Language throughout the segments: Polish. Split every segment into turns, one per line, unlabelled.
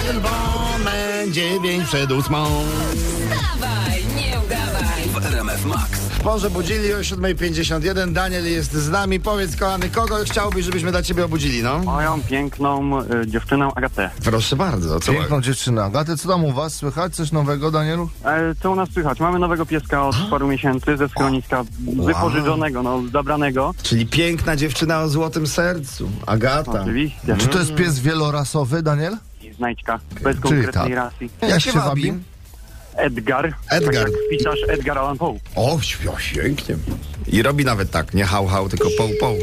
jeden moment, dziewięć przed ósmą.
Wstawaj, nie udawaj.
w RMF Max.
W porze budzili o 7.51. Daniel jest z nami. Powiedz, kochany, kogo chciałbyś, żebyśmy dla ciebie obudzili, no?
Moją piękną y, dziewczynę Agatę.
Proszę bardzo, co
Piękną dziewczynę. Agaty, co tam u was? Słychać coś nowego, Danielu?
E, co u nas słychać? Mamy nowego pieska od paru miesięcy ze schroniska wypożyczonego, no zabranego.
Czyli piękna dziewczyna o złotym sercu. Agata.
Oczywiście.
Czy to jest pies wielorasowy, Daniel?
Znajdźka bez
Czyli
konkretnej
tak.
racji.
Jak się wabi?
Edgar.
Edgar.
Tak jak pisarz Edgar Allan Poe.
O, śpioś, pięknie. I robi nawet tak, nie hał hał, tylko poł poł.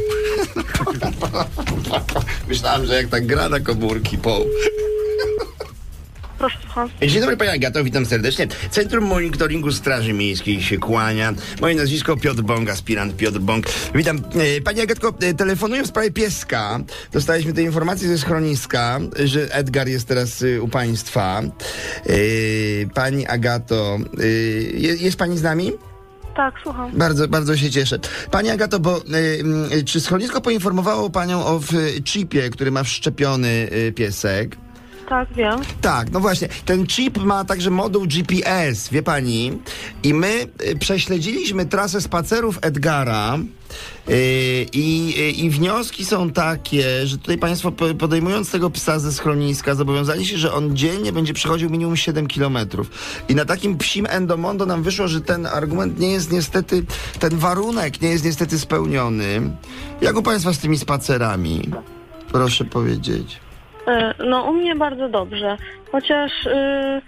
Myślałem, że jak tak gra na komórki, poł.
Proszę, słucham.
Dzień dobry, panie Agato, witam serdecznie. Centrum Monitoringu Straży Miejskiej się kłania. Moje nazwisko Piotr Bąk, aspirant Piotr Bąk. Witam. E, Pani Agatko, e, telefonuję w sprawie pieska. Dostaliśmy te informacje ze schroniska, że Edgar jest teraz y, u państwa. Y, Pani Agato, y, je- jest pani z nami?
Tak, słucham.
Bardzo, bardzo się cieszę. Pani Agato, bo y, y, czy schronisko poinformowało panią o y, chipie, który ma wszczepiony y, piesek?
Tak, wiem.
Tak, no właśnie. Ten chip ma także moduł GPS, wie pani. I my y, prześledziliśmy trasę spacerów Edgara. y, I, y, i- I wnioski są takie, że tutaj Państwo po- podejmując tego psa ze schroniska zobowiązali się, że on dziennie będzie przechodził minimum 7 kilometrów. I na takim psim endomondo nam wyszło, że ten argument nie jest niestety, ten warunek nie jest niestety spełniony. Jak u Państwa z tymi spacerami? Proszę powiedzieć.
E, No, u mnie bardzo dobrze. Chociaż e,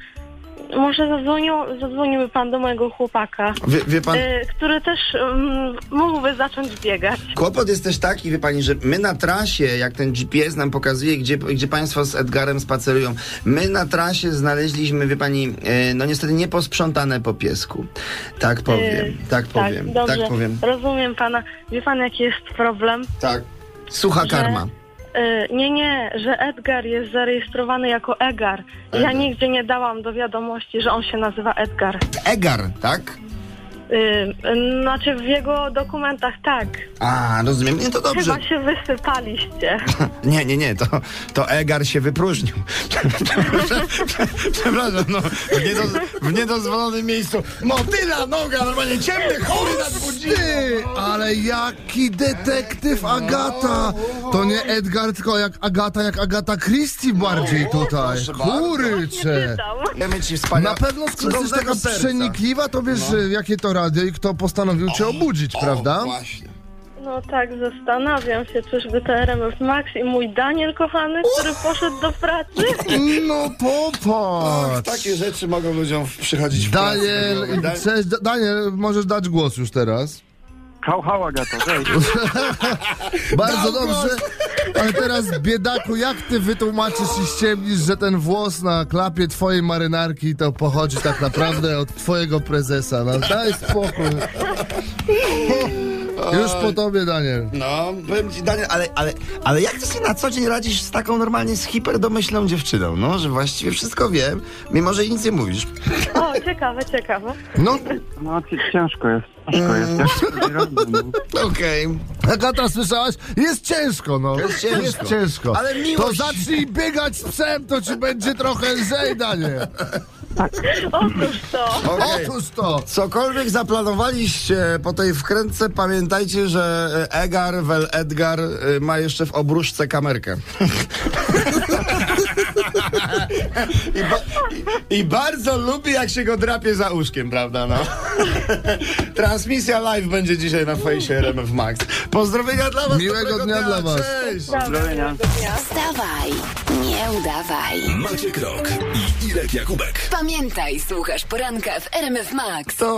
może zadzwonił, zadzwoniłby pan do mojego chłopaka,
Wie, wie pan...
e, który też mm, mógłby zacząć biegać.
Kłopot jest też taki, wie pani, że my na trasie, jak ten GPS nam pokazuje, gdzie, gdzie państwo z Edgarem spacerują, my na trasie znaleźliśmy, wie pani, e, no niestety nieposprzątane po piesku. Tak powiem,
E,
tak powiem, tak,
dobrze.
powiem,
Rozumiem pana. Wie pan, jaki jest problem?
tak. Sucha
Że-
karma.
E, nie, nie, że Edgar jest zarejestrowany jako Egar. Ja
Egar.
nigdzie nie dałam do wiadomości, że on się nazywa Edgar.
Egar, tak?
E, e, znaczy, w jego dokumentach tak.
A, rozumiem. Nie, to dobrze.
Chyba się wysypaliście.
Nie, nie, nie, to, to Egar się wypróżnił. Przepraszam, no, w, niedoz, w niedozwolonym miejscu. Motyla noga, normalnie ciemny, chory nad
Ty, ale jaki detektyw Agata! To nie Edgar, tylko jak Agata, jak Agata Christie bardziej tutaj.
proszę bardzo.
Nie
Kurczę!
czytam.
Wiemy ci
Na
wspaniale.
pewno skoro jesteś taka
serca. No.
przenikliwa, to wiesz y, jakie to radio i kto postanowił cię obudzić, prawda?
Właśnie.
No tak, zastanawiam się, czyżby to RMF Max i mój Daniel kochany, który poszedł do pracy?
No popatrz!
Takie rzeczy mogą ludziom przychodzić w
Daniel,
pracy do głowy.
cześć, Da- Daniel, możesz dać głos już teraz.
Hał, hał Agato, wejdź.
Bardzo dobrze. Ale teraz, biedaku, jak ty wytłumaczysz i ściemnisz, że ten włos na klapie twojej marynarki to pochodzi tak naprawdę od twojego prezesa? No daj spokój. Już po tobie, Daniel.
No, powiem ci, Daniel, ale, ale, ale jak ty sobie na co dzień radzisz z taką normalnie z hiperdomyślną dziewczyną? No, że właściwie wszystko wiem, mimo że nic nie mówisz.
O, ciekawe, ciekawe.
No,
No ci- ciężko jest, ciężko jest. Jak sobie radzę, no.
Okej.
Agata, słyszałaś? Jest ciężko, no.
Jest ciężko.
Jest ciężko.
Ale miłość-
To zacznij biegać z psem, to ci będzie trochę lżej, Daniel.
Otóż to.
Okej.
Otóż to.
Cokolwiek zaplanowaliście po tej wkrętce, pamiętajcie, że e, Egar, wel Edgar e, ma jeszcze w obruszce kamerkę. I, ba- i, I bardzo lubi, jak się go drapie za uszkiem, prawda? No. Transmisja live będzie dzisiaj na fejsie RMF Max. Pozdrowienia dla was.
Miłego
dobrego
dnia dla was.
Cześć.
Pozdrowienia.
Wstawaj, nie udawaj.
Maciek Rok i Irek Jakubek.
Pamiętaj, słuchasz poranka w RMF Max.
To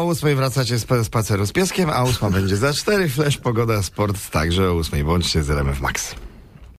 o ósmej wracacie z pe- spaceru z pieskiem, a ósma będzie za cztery. Flash, pogoda, sport, także o ósmej. Bądźcie z RMF Max.